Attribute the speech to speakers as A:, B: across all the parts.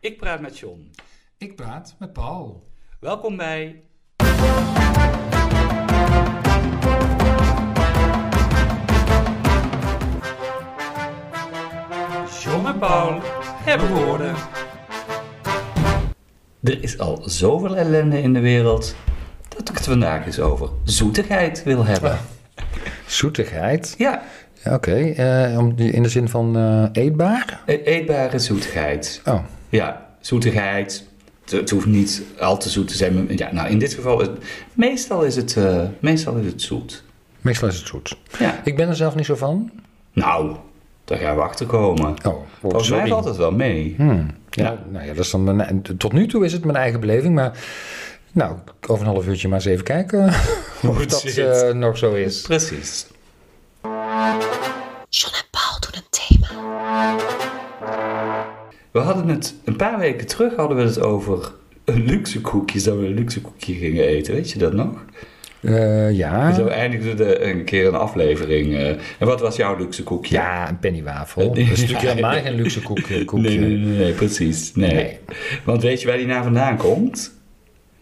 A: Ik praat met John.
B: Ik praat met Paul.
A: Welkom bij. John en Paul hebben woorden. Er is al zoveel ellende in de wereld dat ik het vandaag eens over zoetigheid wil hebben.
B: Zoetigheid.
A: Ja,
B: Ja, Oké, eh, om- in de zin van eh, eetbaar?
A: e- eetbare zoetigheid.
B: Oh,
A: Ja, zoetigheid. Het, het hoeft niet al te zoet te zijn. maar- Ja, nou, in dit geval, is, meestal, is het, eh, meestal is het zoet.
B: meestal is het zoet.
A: Ja.
B: Ik ben er zelf niet zo van.
A: Nou, daar gaan we achter komen.
B: Oh, oh
A: Volgens mij
B: sorry.
A: valt het wel mee.
B: Hmm, Ja,
A: Ja.
B: nou ja, dat is dan mijn, tot nu toe is het mijn eigen beleving, maar nou, over een half uurtje maar eens even kijken of
A: het
B: dat
A: zit.
B: eh, nog zo is.
A: Precies.
C: John en Paul doen een thema.
A: We hadden het een paar weken terug hadden we het over luxe koekjes, dat we een luxe koekje gingen eten. Weet je dat nog?
B: Eh, ja.
A: Dus we eindigden de, een keer een aflevering. eh, en wat was jouw luxe koekje?
B: ja, een pennywafel. Dus Dat is natuurlijk
A: Ja.
B: helemaal geen luxe koek- koekje.
A: Nee, nee, nee, nee, precies. Nee.
B: Nee.
A: Want weet je waar die naam vandaan komt?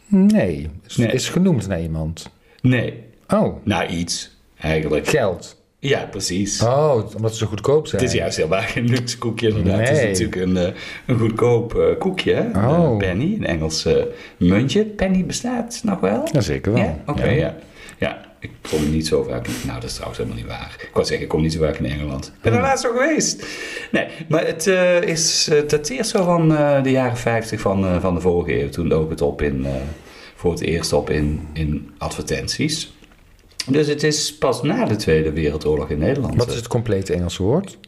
B: Nee, is,
A: Nee.
B: is genoemd naar iemand.
A: Nee.
B: Oh,
A: Nou, iets, eigenlijk.
B: geld.
A: Ja, precies.
B: Oh, omdat ze zo goedkoop zijn.
A: Het is juist helemaal geen luxe koekje inderdaad. Het
B: Nee.
A: is natuurlijk een, eh, een goedkoop eh, koekje, hè?
B: Oh.
A: Een penny, een Engels eh, muntje. Penny bestaat nog wel?
B: Ja, zeker wel.
A: Ja? Oké, ja. ja. ik kom niet zo vaak in... Nou, dat is trouwens helemaal niet waar. Ik wou zeggen, ik kom niet zo vaak in Engeland. Ik ben
B: Oh.
A: er laatst nog geweest. Nee, maar het eh, is, eh, dateert zo van eh, de jaren 50 van, eh, van de vorige eeuw. Toen dook het op in, eh, voor het eerst op in, in advertenties. Dus het is pas na de Tweede Wereldoorlog in Nederland. eh,
B: Wat is het complete Engelse woord?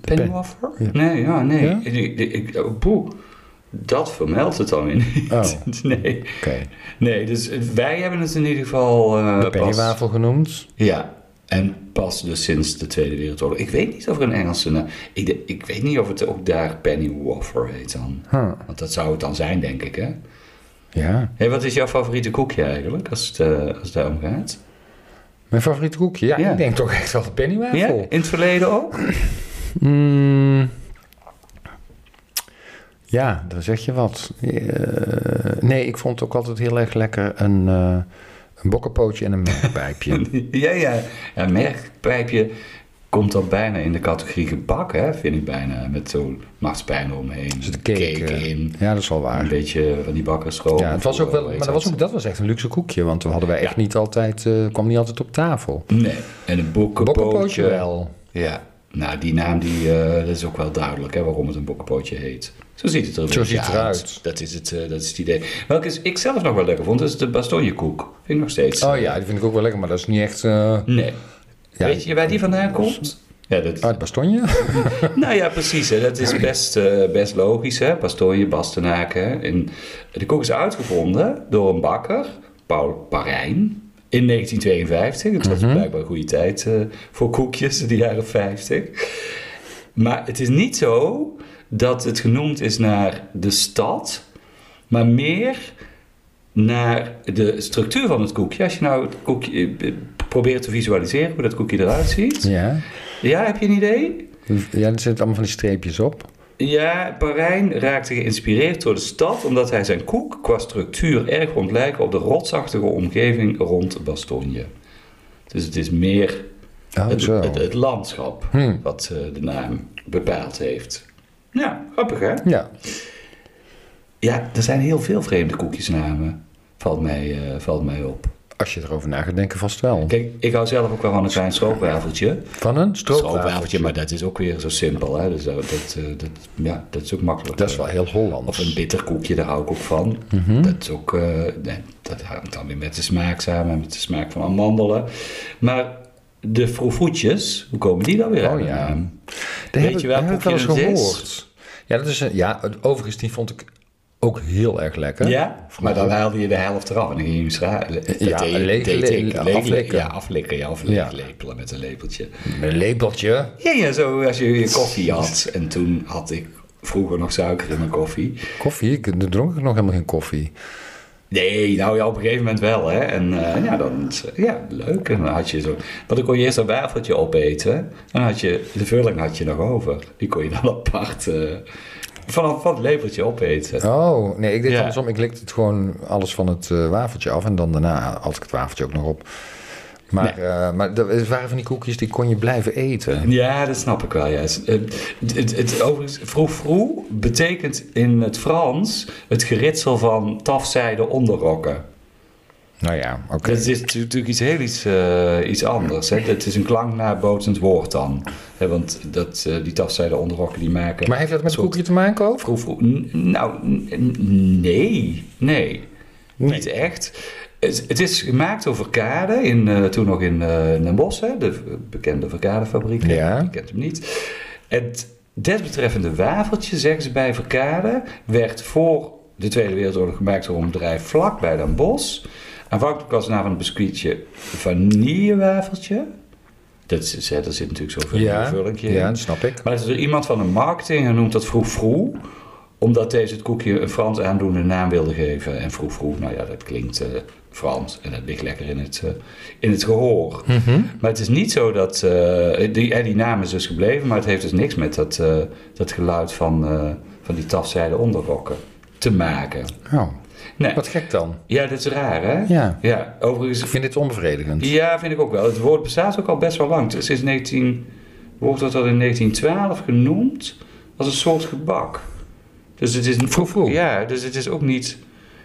A: Pennywaffer?
B: Ja.
A: Nee, ja, nee.
B: Ja?
A: Ik, ik, ik- oh, boe, dat vermeldt het dan weer niet.
B: Oh.
A: Nee.
B: Oké.
A: nee, dus wij hebben het in ieder geval eh, pas...
B: De pennywafel genoemd.
A: Ja, en pas dus sinds de Tweede Wereldoorlog. Ik weet niet of er een Engelse naam... Ik, de- ik weet niet of het ook daar Pennywaffer heet dan.
B: Huh.
A: Want dat zou het dan zijn, denk ik, hè?
B: Ja.
A: Hey, wat is jouw favoriete koekje eigenlijk, als het, eh, als het daarom gaat?
B: Mijn favoriete koekje? Ja,
A: Ja.
B: ik denk toch echt wel de
A: Ja,
B: pennywafel.
A: in het verleden ook?
B: Mm. Ja, daar zeg je wat. Eh, nee, ik vond ook altijd heel erg lekker een, eh een bokkenpootje en een melkpijpje.
A: ja, ja. Ja, merkpijpje komt dan bijna in de categorie gebak, hè, vind ik bijna. Met zo'n marspijn omheen.
B: dus de cake, eh,
A: in.
B: Ja, dat is wel
A: Een
B: waar.
A: beetje van die bakkerschool.
B: Ja, het was ook wel,
A: Hoe
B: maar
A: heet
B: dat was, ook, dat was echt een luxe koekje, want we hadden wij echt
A: Ja.
B: niet altijd, eh, kwam niet altijd op tafel.
A: Nee, en een
B: Bokkenpootje
A: bokkenpootje.
B: wel.
A: Ja, nou die naam die, eh, dat is ook wel duidelijk hè, waarom het een bokkenpootje heet. Zo ziet het er een
B: Zo
A: beetje
B: ziet het
A: uit.
B: eruit.
A: Dat is het, eh, dat is het idee. Welke is, ik zelf nog wel lekker vond, dat is de bastonjekoek. Vind ik nog steeds.
B: Oh ja, die vind ik ook wel lekker, maar dat is niet echt... eh
A: Nee.
B: Ja. Oh,
A: Weet je waar die vandaan komt? Ja, dat,
B: uit Bastonje?
A: Nou ja, precies. Hè. Dat is best, eh, best logisch. Hè. Pastoorje, Bastenaken. hè. En de koek is uitgevonden door een bakker, Paul Parijn, in 1952. Het was blijkbaar een goede tijd eh, voor koekjes in de jaren 50. Maar het is niet zo dat het genoemd is naar de stad, maar meer naar de structuur van het koekje. Als je nou het koekje eh, probeert te visualiseren hoe dat koekje eruit ziet.
B: ja.
A: Ja, heb je een idee?
B: Ja, er zitten allemaal van die streepjes op.
A: Ja, Parijn raakte geïnspireerd door de stad omdat hij zijn koek qua structuur erg vond lijken op de rotsachtige omgeving rond Bastogne. Dus het is meer
B: Oh,
A: het,
B: zo.
A: het, het landschap
B: Hmm.
A: wat eh, de naam bepaald heeft. Ja, grappig hè?
B: Ja,
A: Ja, er zijn heel veel vreemde koekjesnamen, valt mij, eh, valt mij op.
B: als je erover na gaat denken, vast wel.
A: Kijk, ik hou zelf ook wel van een klein stroopwafeltje.
B: Van een
A: Stroopwafeltje,
B: stroopwafeltje.
A: maar dat is ook weer zo simpel hè. Dus dat, dat, eh, dat, ja, dat is ook makkelijk.
B: Dat is
A: eh,
B: wel heel
A: Of een
B: Hollands.
A: bitterkoekje, daar hou ik ook van.
B: Mhm.
A: Dat is ook, eh, nee, dat hangt dan weer met de smaak samen, met de smaak van amandelen. Maar de froefoetjes, hoe komen die dan weer
B: Oh,
A: aan? de
B: ja.
A: naam?
B: Daar
A: weet je welk
B: daar
A: koekje het is?
B: Ja, dat is een, ja, overigens, die vond ik ook heel erg lekker.
A: Ja, maar dan haalde je de helft eraf en dan ging je hem schalen.
B: Ja, leeg- leeg- aflikken.
A: Ja, aflikken, ja, of leeg-
B: Ja.
A: lepelen met een lepeltje.
B: Een lepeltje.
A: Ja, ja, zo als je je koffie had. En toen had ik vroeger nog suiker in mijn koffie.
B: Koffie, ik, dan dronk ik nog helemaal geen koffie.
A: Nee, nou ja, op een gegeven moment wel, hè. En eh, ja, dan, ja, leuk. En dan had je zo... Want dan kon je eerst een wafeltje opeten. En dan had je... De vulling had je nog over. Die kon je dan apart... eh, vanaf wat lepeltje opeten.
B: Oh, nee, ik deed
A: Ja.
B: andersom. Ik likte het gewoon alles van het eh, wafeltje af. En dan daarna had ik het wafeltje ook nog op. Maar, eh, maar er waren van die koekjes die kon je blijven eten.
A: Ja, dat snap ik wel. Ja. Het, eh, het, het, het- overigens, froe-froe betekent in het Frans het geritsel van tafzijde onderrokken.
B: Nou ja, oké.
A: Dat is tu- natuurlijk iets heel iets, eh, iets anders. Hè? Het is een klanknabootsend woord dan. Hè, want dat, eh, die tafzijde onderrokken die maken...
B: Maar heeft dat met het
A: Soort-
B: koekje te maken ook?
A: Froe-froe... N- Nou, n- n- nee. Nee. Niet echt. Het, het is gemaakt door Verkade, in, eh, toen nog in eh Den Bosch, hè, de v- bekende Verkadefabriek. hè,
B: Ja.
A: Je kent hem niet. Het desbetreffende wafeltje, zeggen ze bij Verkade, werd voor de Tweede Wereldoorlog gemaakt door een bedrijf vlak bij Den Bosch. Aanvankelijk was de naam van het biscuitje vanillewafeltje. Dat is, hè, daar zit natuurlijk zoveel
B: Ja,
A: vullinkje
B: ja,
A: in.
B: dat snap ik.
A: Maar dat is er iemand van de marketing en noemt dat froe-froe, omdat deze het koekje een Frans aandoende naam wilde geven. En froe-froe, nou ja, dat klinkt eh, Frans en dat ligt lekker in het, eh, in het gehoor. Maar het is niet zo dat, eh, die, en die naam is dus gebleven, maar het heeft dus niks met dat, eh, dat geluid van, eh, van die tafzijde onderrokken te maken.
B: Oh,
A: Nee. Dus-
B: wat gek dan.
A: Ja, dat is raar, hè?
B: Ja,
A: Ja,
B: ik
A: overigens,
B: vind dit onbevredigend.
A: ja, vind ik ook wel. Het woord bestaat ook al best wel lang. Sinds 19, wordt dat al in 1912 genoemd als een soort gebak. Dus het is
B: Froe-froe.
A: Ja, dus het is ook niet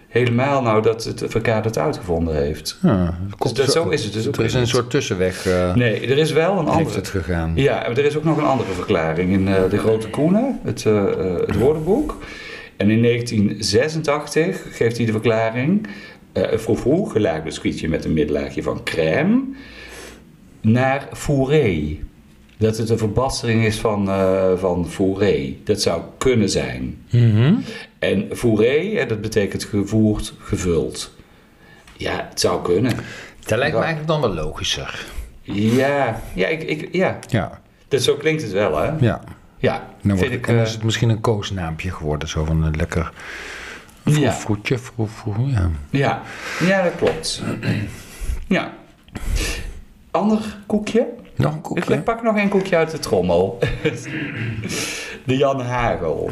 A: helemaal nou dat het verkaart het uitgevonden heeft.
B: Ja,
A: Dus
B: komt
A: dat, zo is het dus ook
B: Er is
A: weer
B: een
A: niet.
B: soort tussenweg eh
A: Nee, er is wel een
B: heeft
A: andere.
B: het gegaan.
A: Ja, maar er is ook nog een andere verklaring in eh, De Grote Koenen, het, eh, eh, het woordenboek. En in 1986 geeft hij de verklaring. eh vroeg vroeg gelijk biscuitje met een middenlaagje van crème. Naar fourré. Dat het een verbastering is van, eh van fourré. Dat zou kunnen zijn.
B: Mhm.
A: En fourré, hè, dat betekent gevoerd, gevuld. Ja, het zou kunnen.
B: Dat lijkt me eigenlijk dan wel logischer.
A: Ja, ja, ik, ik, ja.
B: Ja,
A: Dus zo klinkt het wel, hè?
B: ja.
A: Ja,
B: Dan,
A: vind
B: Nou, wordt,
A: ik.
B: dan
A: eh,
B: is het misschien een koosnaampje geworden. Zo van een lekker
A: ja.
B: vroetje, vroe, vroe, ja.
A: Ja. ja, dat klopt. Ja. Ander koekje?
B: Nog een
A: Ik
B: koekje?
A: pak nog een koekje uit de trommel. De Jan Hagel.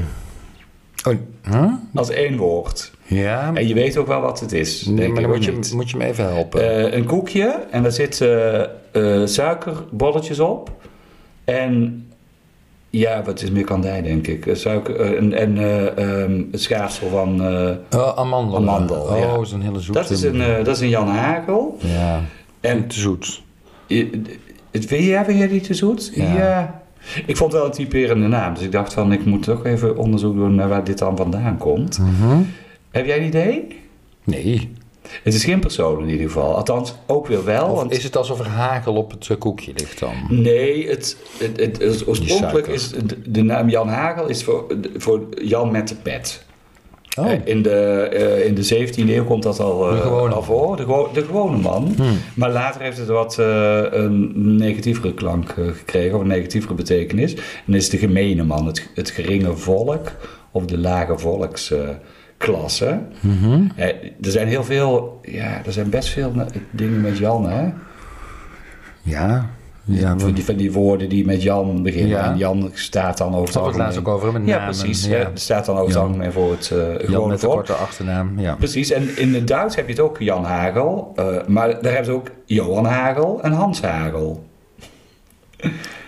B: Oh, huh?
A: Als één woord.
B: Ja,
A: En je weet ook wel wat het is. Denk
B: nee, maar
A: ik
B: dan
A: ook
B: moet je,
A: niet.
B: moet je me even helpen.
A: Eh, een koekje en daar zitten eh, eh, suikerbolletjes op. En ja, wat is meer kandij, denk ik? Eh, Suiker, eh, en en eh, ehm, het schaafsel van. eh,
B: oh, amandel.
A: amandel,
B: Oh,
A: ja.
B: dat is een hele zoete.
A: dat, is een, eh, dat is een Jan Hagel.
B: Ja,
A: En
B: te zoet.
A: Je- Het vind jij, vind jij die te zoet?
B: Ja.
A: Ja. Ik vond wel een typerende naam, dus ik dacht van ik moet toch even onderzoek doen naar waar dit dan vandaan komt.
B: Mhm.
A: Heb jij een idee?
B: Nee.
A: Het is geen persoon in ieder geval. Althans, ook weer wel.
B: Of
A: want
B: is het alsof er hagel op het eh, koekje ligt dan?
A: Nee, het, het, het, het- oorspronkelijk
B: Die
A: is de, de naam Jan Hagel is voor, voor Jan met de pet. Eh, In, de, eh, in de 17e eeuw komt dat al, eh,
B: Oh. De gewone. Hmm.
A: al voor, de, gewo- de gewone man. Maar later heeft het wat eh, een negatievere klank eh, gekregen, of een negatievere betekenis. En is de gemene man, het, het geringe volk of de lage volksklasse.
B: Mhm.
A: Eh, er zijn heel veel, ja, er zijn best veel na- dingen met Jan, hè?
B: Ja. Ja,
A: Van die, van die woorden die met Jan beginnen.
B: Ja.
A: En Jan staat dan over het
B: hadden we het laatst ook
A: algemeen-
B: over, hè, met
A: Ja,
B: namen.
A: precies.
B: Ja.
A: Ja. staat dan over het
B: Jan.
A: algemeen voor het eh,
B: Jan
A: gewone
B: met de
A: volk.
B: korte achternaam. Ja.
A: Precies, en in het Duits heb je het ook Jan Hagel, eh, maar daar hebben ze ook Johan Hagel en Hans Hagel.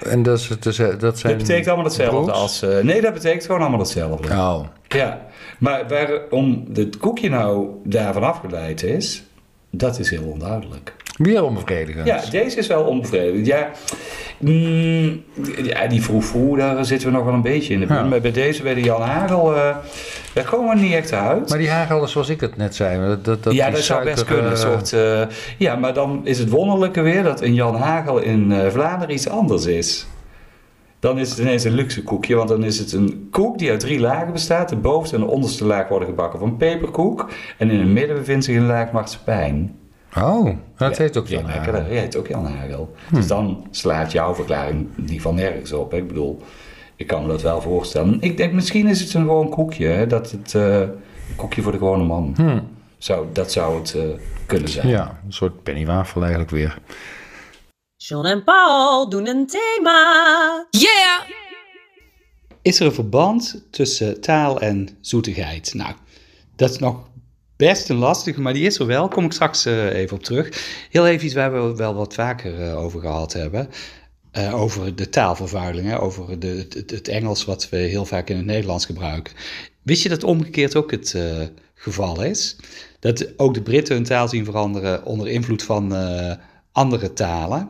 B: En dat, is, het dus, eh, dat zijn...
A: Dat betekent allemaal hetzelfde
B: broers?
A: als. eh, nee, dat betekent gewoon allemaal hetzelfde. Ja,
B: Oh.
A: maar waarom het koekje nou daarvan afgeleid is, dat is heel onduidelijk.
B: Weer onbevredigend.
A: Ja, deze is wel onbevredigend. Ja, mm, ja die vroeg daar zitten we nog wel een beetje in de buurt.
B: Ja.
A: Maar bij deze, bij de Jan Hagel, eh, daar komen we niet echt uit.
B: Maar die hagel, zoals ik het net zei... Dat, dat, dat
A: ja,
B: die
A: dat zou best
B: suiker,
A: kunnen. Een
B: eh,
A: soort, eh, ja, maar dan is het wonderlijke weer dat in Jan Hagel in eh, Vlaanderen iets anders is. Dan is het ineens een luxe koekje, want dan is het een koek die uit drie lagen bestaat. De bovenste en de onderste laag worden gebakken van peperkoek. En in het midden bevindt zich een laag marsepein.
B: Oh, en dat
A: Ja,
B: heet ook
A: ja,
B: Jan
A: lekker.
B: Hagel.
A: Dat heet ook Jan Hagel. Dus dan slaat jouw verklaring die van nergens op. hè. Ik bedoel, ik kan me dat wel voorstellen. Ik denk, misschien is het een gewoon koekje. Hè? Dat het eh, een koekje voor de gewone man. Zou, dat zou het eh, kunnen zijn.
B: Ja, een soort pennywafel eigenlijk weer.
C: John en Paul doen een thema.
D: Yeah! Is er een verband tussen taal en zoetigheid? Nou, dat is nog best een lastige, maar die is er wel. Kom ik straks eh, even op terug. Heel even iets waar we wel wat vaker eh, over gehad hebben. Eh, over de taalvervuiling, hè? over de, het, het Engels wat we heel vaak in het Nederlands gebruiken. Wist je dat omgekeerd ook het eh, geval is? Dat ook de Britten hun taal zien veranderen onder invloed van eh, andere talen.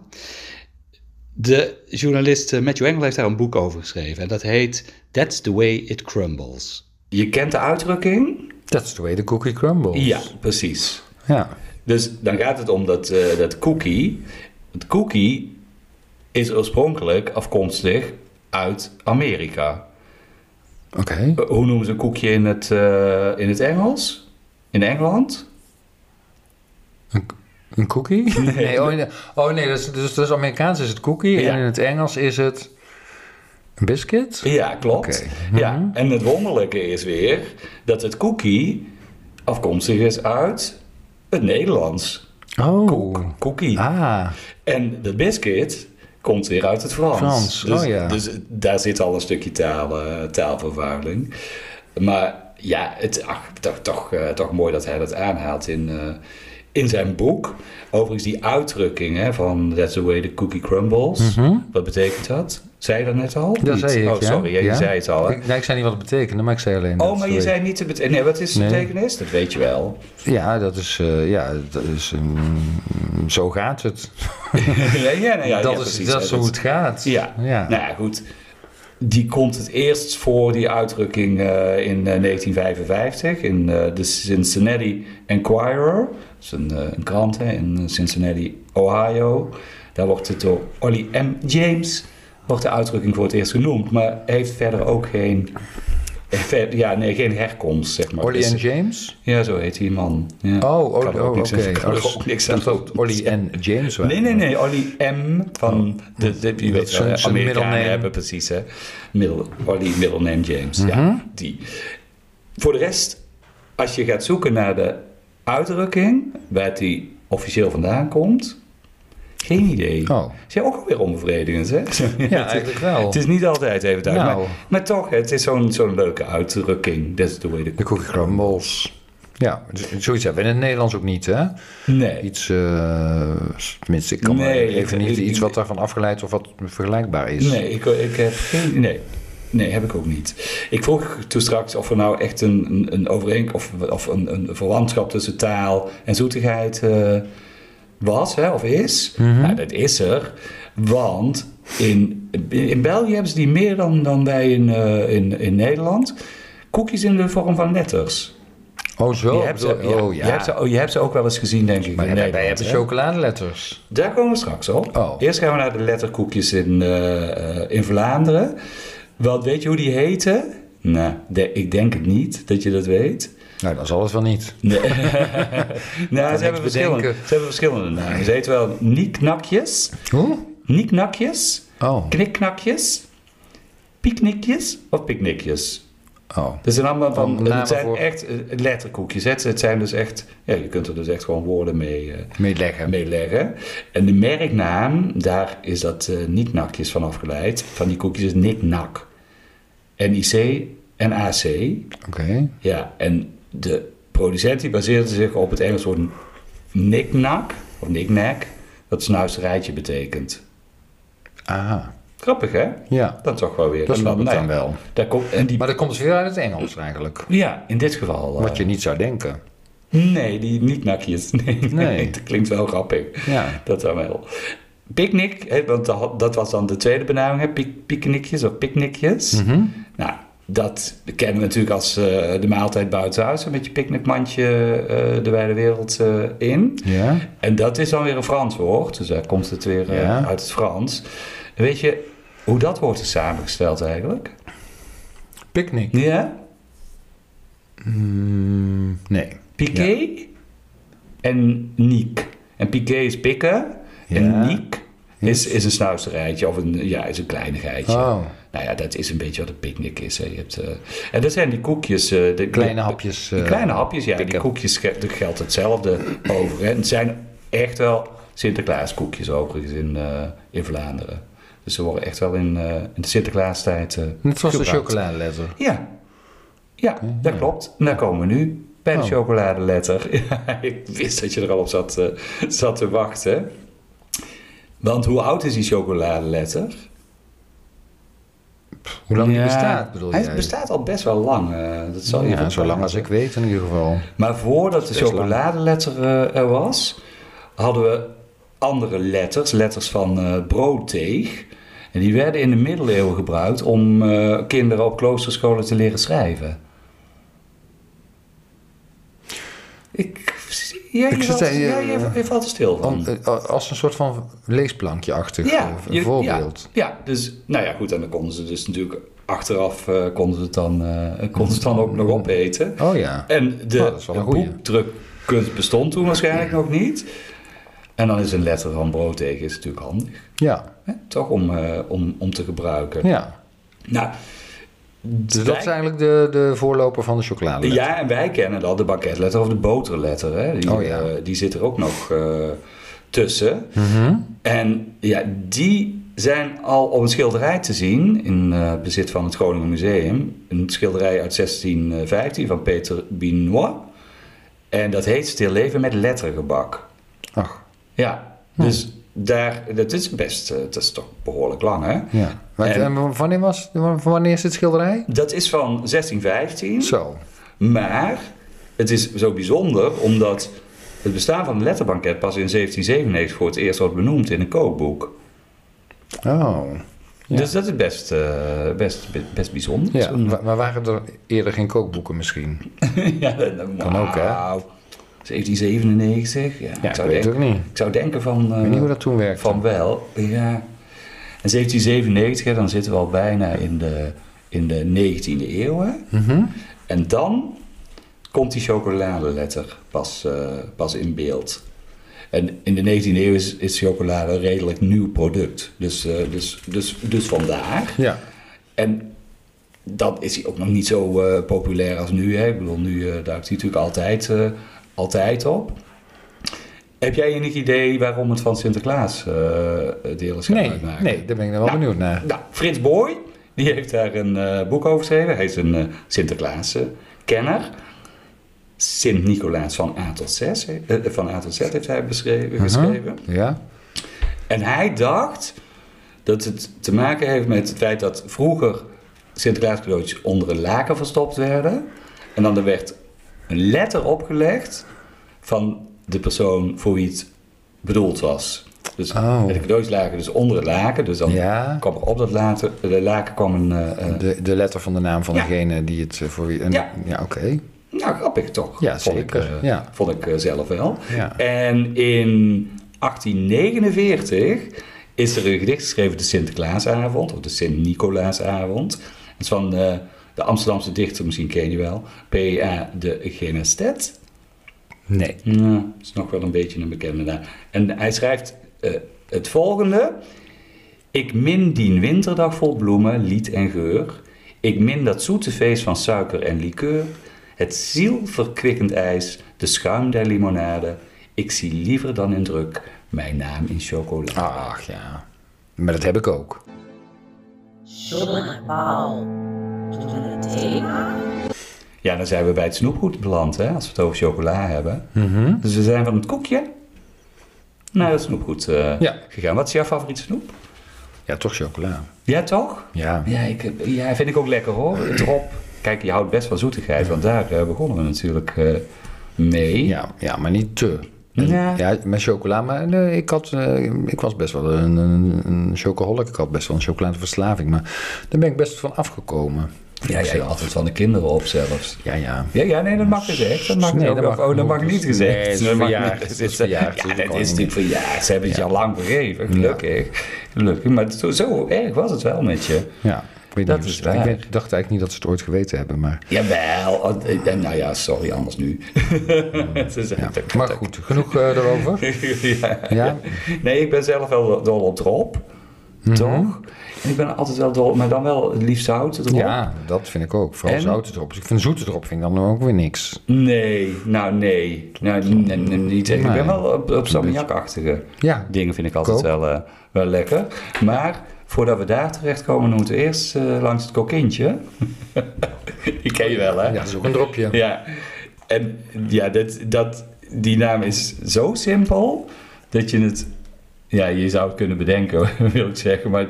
D: De journalist eh, Matthew Engel heeft daar een boek over geschreven. En dat heet That's the Way It Crumbles.
A: Je kent de uitdrukking?
B: That's the way the cookie crumbles.
A: Ja, precies.
B: Ja.
A: Dus dan gaat het om dat, eh, dat cookie. Het cookie is oorspronkelijk afkomstig uit Amerika.
B: Oké.
A: Eh, Hoe noemen ze een koekje in het, eh, in het Engels? In Engeland?
B: Een, een cookie? Nee, oh nee, oh, nee dat is, dus, dus Amerikaans is het cookie
A: Ja.
B: en in het Engels is het een biscuit?
A: Ja, klopt.
B: Oké.
A: Ja,
D: Mhm.
A: en het wonderlijke is weer dat het cookie afkomstig is uit het Nederlands.
B: Oh,
A: Cookie.
B: ah,
A: En dat biscuit komt weer uit het Frans.
B: Frans,
A: Dus,
B: oh ja.
A: dus daar zit al een stukje taal, eh, taalvervuiling. Maar ja, het, ach, toch, toch, eh, toch mooi dat hij dat aanhaalt in, eh, in zijn boek. Overigens die uitdrukking hè, van that's the way the cookie crumbles. Wat betekent dat? Zei je dat net al?
B: Mhm. dat
A: Niet.
B: zei ik,
A: Oh,
B: ja.
A: sorry, je
B: Ja.
A: zei het al. Hè?
B: Ik, nee, ik zei niet wat het betekende, maar ik zei alleen
A: Oh,
B: dat,
A: maar je
B: sorry.
A: zei niet de betekenis. Nee, wat is de
B: Nee.
A: betekenis? Dat weet je wel.
B: Ja, dat is, eh, ja, dat is mm, zo gaat het.
A: ja, ja, nou ja,
B: dat
A: ja,
B: is,
A: precies,
B: dat
A: hè,
B: is hoe het gaat.
A: Ja.
B: ja.
A: nou ja, goed. Die komt het eerst voor, die uitdrukking, eh, in eh, 1955 in eh, de Cincinnati Enquirer. Dat is een, eh, een krant hè, in Cincinnati, Ohio. Daar wordt het door Ollie M. James wordt de uitdrukking voor het eerst genoemd, maar heeft verder ook geen, eh, ver- ja, nee, geen herkomst, zeg maar.
B: Ollie
A: Dus-
B: en James?
A: Ja, zo heet die man. Ja.
B: Oh,
A: Kan
B: oh,
A: er
B: oh,
A: ook
B: oké.
A: niks aan- kan er
B: Oh, dus
A: ook niks
B: dat
A: aan
B: dat Ollie en James waren.
A: Nee, nee, nee. Olly M. van
B: Oh.
A: de, de, je weet wel,
B: zijn-
A: hè,
B: zijn
A: Amerikanen
B: middelname.
A: hebben precies, hè. Middel, Olly, middelname James.
B: Mhm.
A: Ja, die. Voor de rest, als je gaat zoeken naar de uitdrukking, waar die officieel vandaan komt, geen idee.
B: Oh.
A: Zijn ook alweer onbevredigend, hè?
B: Ja, eigenlijk wel.
A: Het is niet altijd even duidelijk.
B: Nou.
A: Maar, maar toch, het is zo'n zo'n leuke uitdrukking. That's the way the
B: De cookie crumbles. Ja, dus zoiets hebben we in het Nederlands ook niet, hè?
A: Nee.
B: Iets, eh, tenminste, ik kan me
A: Nee,
B: even
A: ik-
B: niet
A: ik-
B: iets wat daarvan afgeleid of wat vergelijkbaar is.
A: Nee, ik, ik heb geen. Nee. Nee, heb ik ook niet. Ik vroeg toen straks of er nou echt een, een, een overeenkomst of, of een, een verwantschap tussen taal en zoetigheid eh, was hè, of is.
B: Mhm.
A: Nou, dat is er. Want in, in België hebben ze die meer dan, dan wij in, eh, in, in Nederland. Koekjes in de vorm van letters.
B: Oh, zo.
A: je, hebt ze,
B: bedoel- oh, ja.
A: je, hebt ze, oh, je hebt ze ook wel eens gezien, denk ik.
B: maar
A: in
B: wij
A: Nederland,
B: hebben
A: hè?
B: chocoladeletters.
A: Daar komen we straks op.
B: Oh.
A: Eerst gaan we naar de letterkoekjes in, eh, eh, in Vlaanderen. Want weet je hoe die heten? Nou, de- ik denk het niet dat je dat weet.
B: Nou, dat zal het wel niet.
A: Nee. nou, ze hebben,
B: niks
A: verschillende, ze
B: bedenken.
A: hebben verschillende namen. Ze heten wel nieknakjes,
B: Hoe?
A: nieknakjes,
B: Oh.
A: knikknakjes, picknickjes of picknickjes.
B: Oh.
A: Dat zijn allemaal
B: Oh,
A: van,
B: namen
A: het zijn
B: voor-
A: echt eh, letterkoekjes. hè. Het het zijn dus echt, ja, je kunt er dus echt gewoon woorden mee... eh,
B: Meeleggen.
A: mee leggen. En de merknaam, daar is dat eh niet-nakjes van afgeleid. Van die koekjes is Nik-Nak. NIC en AC.
B: Oké.
A: Ja, en de producent die baseerde zich op het Engels woord Nik-Nak. Of Nik-Nak. Dat snuisterijtje betekent.
B: Aha.
A: Grappig, hè?
B: Ja.
A: Dat toch wel weer.
B: Dat
A: En
B: snap ik
A: nou
B: dan
A: ja,
B: wel.
A: Daar komt, en die,
B: Maar dat komt dus weer uit het Engels eigenlijk.
A: ja, in dit geval. eh,
B: Wat je niet zou denken.
A: Nee, die niet-nakjes. Nee, nee.
B: Nee.
A: dat klinkt wel grappig.
B: Ja.
A: Dat dan wel. Picnic, hè, want da- dat was dan de tweede benaming, hè? pic- picknickjes of picknickjes.
B: Mhm.
A: Nou, dat kennen we natuurlijk als eh, de maaltijd buitenshuis, hè, met je picknickmandje eh, de wijde wereld eh, in.
B: Ja.
A: En dat is dan weer een Frans woord, dus daar komt het weer eh,
B: Ja.
A: uit het Frans. Weet je hoe dat woord is samengesteld eigenlijk?
B: Picnic.
A: Ja?
B: Mm, nee.
A: Piqué en Niek. En Piqué is pikken. En
B: Ja.
A: Niek is, is een snuisterijtje of een, ja, is een kleinigheidje.
B: Oh.
A: Nou ja, dat is een beetje wat een picknick is. Hè. Je hebt, eh, en dat zijn die koekjes. eh, de,
B: Kleine
A: de-
B: hapjes,
A: die
B: eh,
A: kleine hapjes, ja. Die
B: pikken.
A: koekjes ge- daar geldt hetzelfde over. Hè. En het zijn echt wel Sinterklaas koekjes overigens in, eh, in Vlaanderen. Dus ze worden echt wel in, eh, in de Sinterklaastijd eh
B: Net zoals de
A: gebruikt.
B: chocoladeletter.
A: Ja. Ja, dat klopt. En daar komen we nu. Bij de
B: Oh.
A: chocoladeletter. Ja, ik wist dat je er al op zat, eh, zat te wachten. Want hoe oud is die chocoladeletter?
B: Hoe lang die
A: Ja,
B: bestaat, bedoel
A: Hij
B: jij?
A: bestaat al best wel lang. eh, dat zal je
B: Ja,
A: wel
B: zo lang
A: praten.
B: als ik weet in ieder geval.
A: Maar voordat de
B: Best lang.
A: chocoladeletter eh, er was, hadden we andere letters, letters van eh, broodteeg. En die werden in de middeleeuwen gebruikt om eh, kinderen op kloosterscholen te leren schrijven. Ik, ja, je,
B: Ik zit
A: valt,
B: aan je-
A: ja, je, je valt er stil van.
B: Om, eh, als een soort van leesplankje-achtig
A: ja,
B: eh,
A: je-
B: voorbeeld.
A: Ja, ja, dus nou ja, goed. En dan konden ze dus natuurlijk achteraf eh, konden ze het dan, eh, konden ze het dan ook nog opeten.
B: Oh ja.
A: En de
B: Oh, dat is wel een goeie.
A: boekdrukkunst bestond toen waarschijnlijk nog niet. En dan is een letter van brood tegen is natuurlijk handig.
B: Ja.
A: Hè? Toch om, eh, om, om te gebruiken.
B: ja.
A: Nou,
B: Dus dat
A: wij-
B: is eigenlijk de, de voorloper van de chocoladeletter.
A: ja, en wij kennen dat, de banketletter of de boterletter. Hè? Die,
B: Oh ja.
A: eh, die zit er ook nog eh, tussen.
B: Mhm.
A: En ja, die zijn al op een schilderij te zien in eh, bezit van het Groningen Museum. Een schilderij uit 1615 van Peter Binois. En dat heet Stil leven met lettergebak.
B: Ach,
A: Ja, dus daar, dat is best, eh, dat is toch behoorlijk lang hè?
B: ja. Maar het-
A: En-
B: en wanneer, was, wanneer is het schilderij?
A: Dat is van 1615.
B: Zo.
A: Maar het is zo bijzonder omdat het bestaan van de letterbanket pas in 1797 voor het eerst wordt benoemd in een kookboek.
B: Oh.
A: Dus dat is best, eh, best, best bijzonder.
B: Ja.
A: Zo'n-
B: wa- Maar waren er eerder geen kookboeken misschien?
A: ja, dat- nou,
B: Kan ook, hè?
A: wauw. 1797, ja.
B: Ja,
A: ik,
B: ik
A: zou
B: weet het
A: denken,
B: ook niet.
A: ik zou denken van, eh,
B: Ik weet niet hoe dat toen werkte.
A: van wel. Ja. En 1797, hè, dan zitten we al bijna in de, in de 19e eeuw. hè.
B: Mhm.
A: En dan komt die chocoladeletter pas, eh, pas in beeld. En in de 19e eeuw is, is chocolade een redelijk nieuw product. Dus, eh, dus, dus, dus vandaar.
B: Ja.
A: En dan is hij ook nog niet zo eh, populair als nu. Hè? Ik bedoel, nu eh, duikt hij natuurlijk altijd, eh, altijd op. Heb jij enig idee waarom het van Sinterklaas eh deel is gaan
B: Nee,
A: uitmaken?
B: nee, daar ben ik dan wel
A: Nou,
B: benieuwd naar.
A: Nou, Frits Boy, die heeft daar een eh, boek over geschreven. Hij is een eh Sinterklaas-kenner. Sint-Nicolaas van A tot, 6, eh, van A tot Z heeft hij beschreven, geschreven.
B: Ja?
A: En hij dacht dat het te maken heeft met het feit dat vroeger Sinterklaas cadeautjes onder een laken verstopt werden. En dan er werd een letter opgelegd van de persoon voor wie het bedoeld was. Dus
B: Oh.
A: de cadeautjes lagen dus onder het laken. Dus dan
B: Ja.
A: kwam er op dat later, de laken kwam een... eh, eh,
B: De, de letter van de naam van
A: Ja.
B: degene die het eh, voor wie... en-
A: Ja.
B: oké.
A: nou, grappig toch?
B: Ja,
A: vond ik,
B: zeker,
A: eh,
B: ja.
A: Vond ik eh, zelf wel.
B: Ja.
A: En in 1849 is er een gedicht geschreven, de Sinterklaasavond, of de Sint-Nicolaasavond. Dat is van eh, de Amsterdamse dichter, misschien ken je die wel, P.A. de Genestet.
B: Nee.
A: Ja, dat is nog wel een beetje een bekende naam. En hij schrijft eh, het volgende. Ik min dien winterdag vol bloemen, lied en geur. Ik min dat zoete feest van suiker en likeur. Het zielverkwikkend ijs, de schuim der limonade. Ik zie liever dan in druk mijn naam in chocola.
B: Ach ja. Maar dat heb ik ook.
C: Jongen, Paul. Toen een thema?
A: Ja, dan zijn we bij het snoepgoed beland, hè, als we het over chocola hebben. Dus we zijn van het koekje naar het snoepgoed eh,
B: Ja.
A: gegaan. Wat is jouw favoriete snoep?
B: Ja, toch chocola.
A: Ja, toch?
B: Ja.
A: Ja, ik, ja, vind ik ook lekker hoor. Het Drop. Kijk, je houdt best van zoetigheid, want daar eh, begonnen we natuurlijk eh, mee.
B: Ja, ja maar niet te. En-
A: Ja.
B: Ja, met chocola. Maar nee, ik, had, eh, ik was best wel een, een, een chocoholic. Ik had best wel een chocoladeverslaving. Maar daar ben ik best van afgekomen.
A: Ja, jij had het van de kinderen op zelfs.
B: Ja, ja.
A: Ja, ja, nee, dat mag gezegd. Dat mag,
B: Nee,
A: ook-
B: dat mag-
A: oh, dat mag niet gezegd.
B: Nee, het is
A: dat mag
B: verjaard.
A: niet
B: Het is
A: gezegd.
B: verjaard.
A: Ja,
B: Dat
A: dat
B: kan
A: is
B: niet.
A: natuurlijk verjaard. Ze hebben het je al lang vergeven, gelukkig. Gelukkig, maar zo, zo erg was het wel met je.
B: Ja. Ik, weet
A: Dat
B: niet, of
A: is
B: ze- ik
A: waar.
B: weet- dacht eigenlijk niet dat ze het ooit geweten hebben. Maar,
A: Jawel, oh, eh, nou ja, sorry, anders nu. Ze zijn te-
B: maar goed, genoeg eh daarover.
A: ja.
B: Ja. Mhm.
A: Nee, ik ben zelf wel dol op drop. Toch? En ik ben altijd wel dol, maar dan wel het liefst zout erop.
B: Ja, dat vind ik ook. Vooral
A: En?
B: zoute drop. Dus Ik vind zoete drop vind ik dan ook weer niks.
A: Nee, nou nee. Nou, n- n- n- niet echt. Ik
B: Nee.
A: ben wel op, op salmiakachtige
B: Ja.
A: dingen vind ik altijd
B: Kook.
A: wel, eh, wel lekker. Maar Voordat we daar terechtkomen, noemen we het eerst eh, langs het kokintje. Die ken je wel, hè?
B: Ja, dat is ook een dropje.
A: Ja, en ja, dat, dat, die naam is zo simpel dat je het, ja, je zou het kunnen bedenken, wil ik zeggen, maar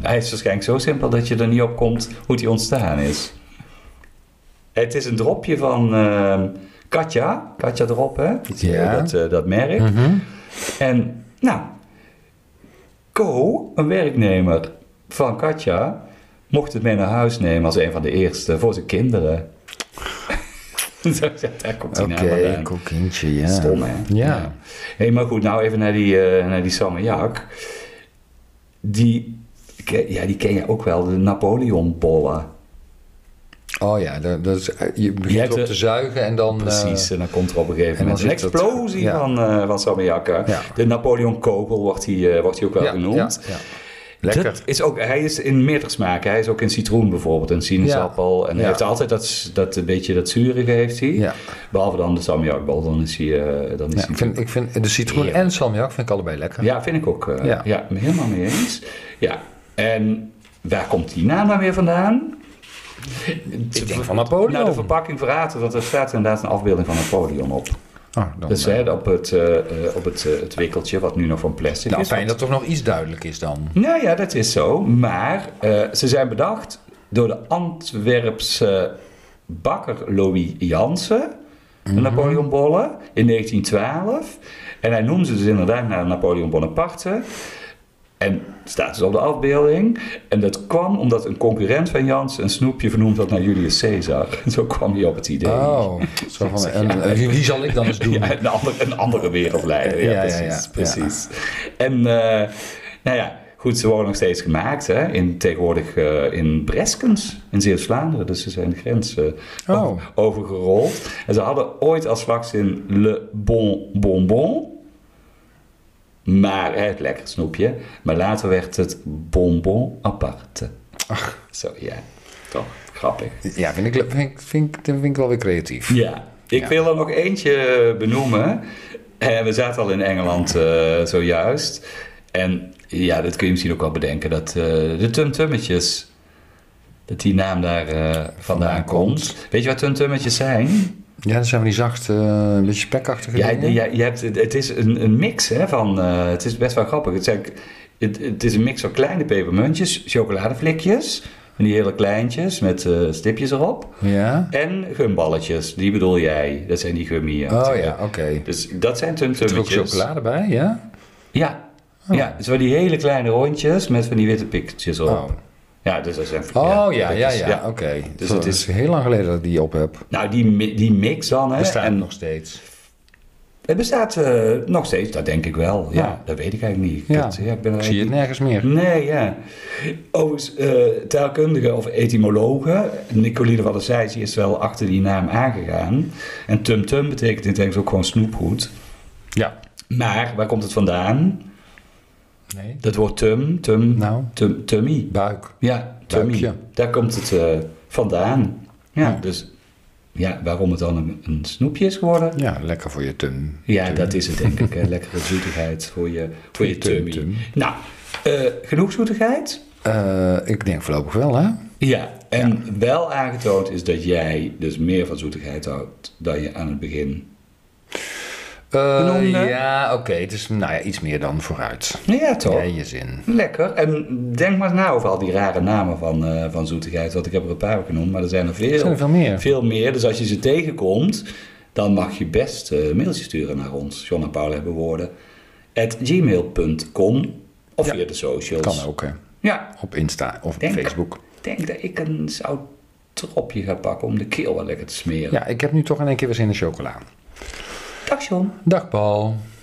A: hij is waarschijnlijk zo simpel dat je er niet op komt hoe die ontstaan is. Het is een dropje van ehm, Katja, Katja Drop, hè?
B: Ja.
A: Dat, eh, dat merk.
B: Mhm.
A: En nou, Co, een werknemer van Katja, mocht het mee naar huis nemen als een van de eerste voor zijn kinderen. Zo, ja, Daar komt hij
B: Oké,
A: naar vandaan.
B: kokintje, ja.
A: Stom, hè?
B: Ja.
A: Hey, maar goed, nou even naar die, eh naar die Samajak. Die, ke- ja, die ken je ook wel, de Napoleon-bollen.
B: Oh ja, dat, dat is, je
A: Je
B: begint
A: hebt
B: op
A: de-
B: te zuigen en dan... eh,
A: Precies, en dan komt er op een gegeven
B: en dan
A: moment een
B: zit dat-
A: explosie
B: ja.
A: van, eh van Samajak. hè.
B: Ja.
A: De Napoleon-kogel wordt hij eh, wordt hij ook wel
B: ja,
A: genoemd.
B: ja, ja. Lekker.
A: Dat is ook, hij is in meerdere smaken. Hij is ook in citroen bijvoorbeeld, en sinaasappel. En hij
B: Ja.
A: heeft altijd dat, dat een beetje dat zurige heeft hij.
B: Ja.
A: Behalve dan de salmiakbal, dan is hij... eh, dan is
B: Ja,
A: hij
B: ik, vind, ik vind de citroen
A: Heerlijk.
B: en salmiak vind ik allebei lekker.
A: ja, vind ik ook. eh, ja.
B: Ja.
A: helemaal mee eens. Ja, en waar komt die naam dan weer vandaan?
B: Ik denk van Napoleon.
A: Nou, de verpakking verraadt het, want er staat inderdaad een afbeelding van Napoleon op.
B: Oh, dan,
A: Dus hè, op, het, eh, eh, op het, eh, het wikkeltje, wat nu nog van plastic
B: nou,
A: is.
B: fijn dat toch nog iets duidelijk is dan.
A: Nou ja, dat is zo. Maar eh, ze zijn bedacht door de Antwerpse bakker Louis Jansen. De Napoleonbollen in 1912. En hij noemde ze dus inderdaad naar Napoleon Bonaparte. En staat dus op de afbeelding. En dat kwam omdat een concurrent van Jansen een snoepje vernoemd had naar Julius Caesar. Zo kwam hij op het idee.
B: Oh, zo van, en, eh, en wie, wie zal ik dan eens doen?
A: Ja, een, ander, een andere wereldleider. Ja,
B: Ja, ja,
A: precies.
B: ja, ja.
A: precies. En eh, nou ja, goed, ze worden nog steeds gemaakt. Hè, in, tegenwoordig eh, in Breskens, in Zeeuws-Vlaanderen. Dus ze zijn de grens eh,
B: Oh.
A: o- overgerold. En ze hadden ooit als slagzin Le Bon Bonbon. Maar hè, het lekkere snoepje. Maar later werd het bonbon aparte. Zo, ja. Toch, grappig.
B: Ja, vind ik, le- vind, ik, vind, ik, vind ik wel weer creatief.
A: Ja, ik
B: Ja.
A: wil er nog eentje benoemen. Eh, we zaten al in Engeland eh, zojuist. En ja, dat kun je misschien ook wel bedenken, dat eh, de Tumtummetjes, dat die naam daar eh, vandaan komt. Weet je wat Tumtummetjes zijn?
B: Ja, dan zijn we die zacht, eh, een beetje spekachtige
A: Ja,
B: dingen.
A: ja, je hebt, het het is een, een mix hè, van, eh, het is best wel grappig. Het, zijn, het, het is een mix van kleine pepermuntjes, chocoladevlekjes, van die hele kleintjes met eh, stipjes erop.
B: Ja?
A: En gumballetjes, die bedoel jij. Dat zijn die gummieën.
B: Oh ja, oké.
A: Dus dat zijn
B: Er is ook
A: tuntummetjes.
B: chocolade bij, ja?
A: Ja.
B: Oh.
A: Ja, zo die hele kleine rondjes met van die witte pikjes op.
B: Oh,
A: Ja, dus dat zijn...
B: oh ja,
A: dat
B: ja,
A: is-
B: ja, oké. Dus
A: het
B: het
A: is-
B: is heel lang geleden dat ik die op heb.
A: Nou, die, mi- die mix dan, hè.
B: Bestaat
A: en
B: nog steeds.
A: Het bestaat eh, nog steeds, dat denk ik wel. Ja,
B: Ja.
A: dat weet ik eigenlijk niet. Ik,
B: Ja,
A: dat- ik ben er
B: Ik zie het nergens meer.
A: Nee, ja. Overigens, eh, taalkundige of etymologe, Nicoline van der Zijs, die is wel achter die naam aangegaan. En tumtum betekent in het Engels ook gewoon snoepgoed.
B: Ja.
A: Maar, waar komt het vandaan?
B: Nee.
A: Dat woord tum, tum,
B: Nou.
A: tum tummy.
B: Buik.
A: Ja, tummy.
B: Buikje.
A: Daar komt het eh, vandaan. Ja,
B: Ja.
A: dus ja, waarom het dan een, een snoepje is geworden?
B: Ja, lekker voor je tun.
A: Ja, dat is het denk ik. Hè. Lekkere zoetigheid voor je, voor je
B: Tum,
A: tummy.
B: tum.
A: Nou, eh, genoeg zoetigheid.
B: Eh, ik denk voorlopig wel, hè?
A: Ja, en wel aangetoond is dat jij dus meer van zoetigheid houdt dan je aan het begin.
B: Eh,
A: Genoemde?
B: ja, oké. het is nou ja, iets meer dan vooruit.
A: Ja, toch?
B: Ja, je zin.
A: Lekker. En denk maar eens na over al die rare namen van, eh, van zoetigheid. Want ik heb er een paar genoemd, maar er zijn er veel.
B: Er zijn er veel meer.
A: Veel meer. Dus als je ze tegenkomt, dan mag je best eh, een mailtje sturen naar ons. John en Paul hebben woorden. At gmail.com of via de socials.
B: Kan ook, hè?
A: Ja,
B: Op Insta of op
A: Denk-
B: Facebook.
A: ik denk dat ik een zout tropje ga pakken om de keel wel lekker te smeren.
B: Ja, ik heb nu toch in één keer weer zin in chocola.
A: Dag John.
B: Dag, Paul.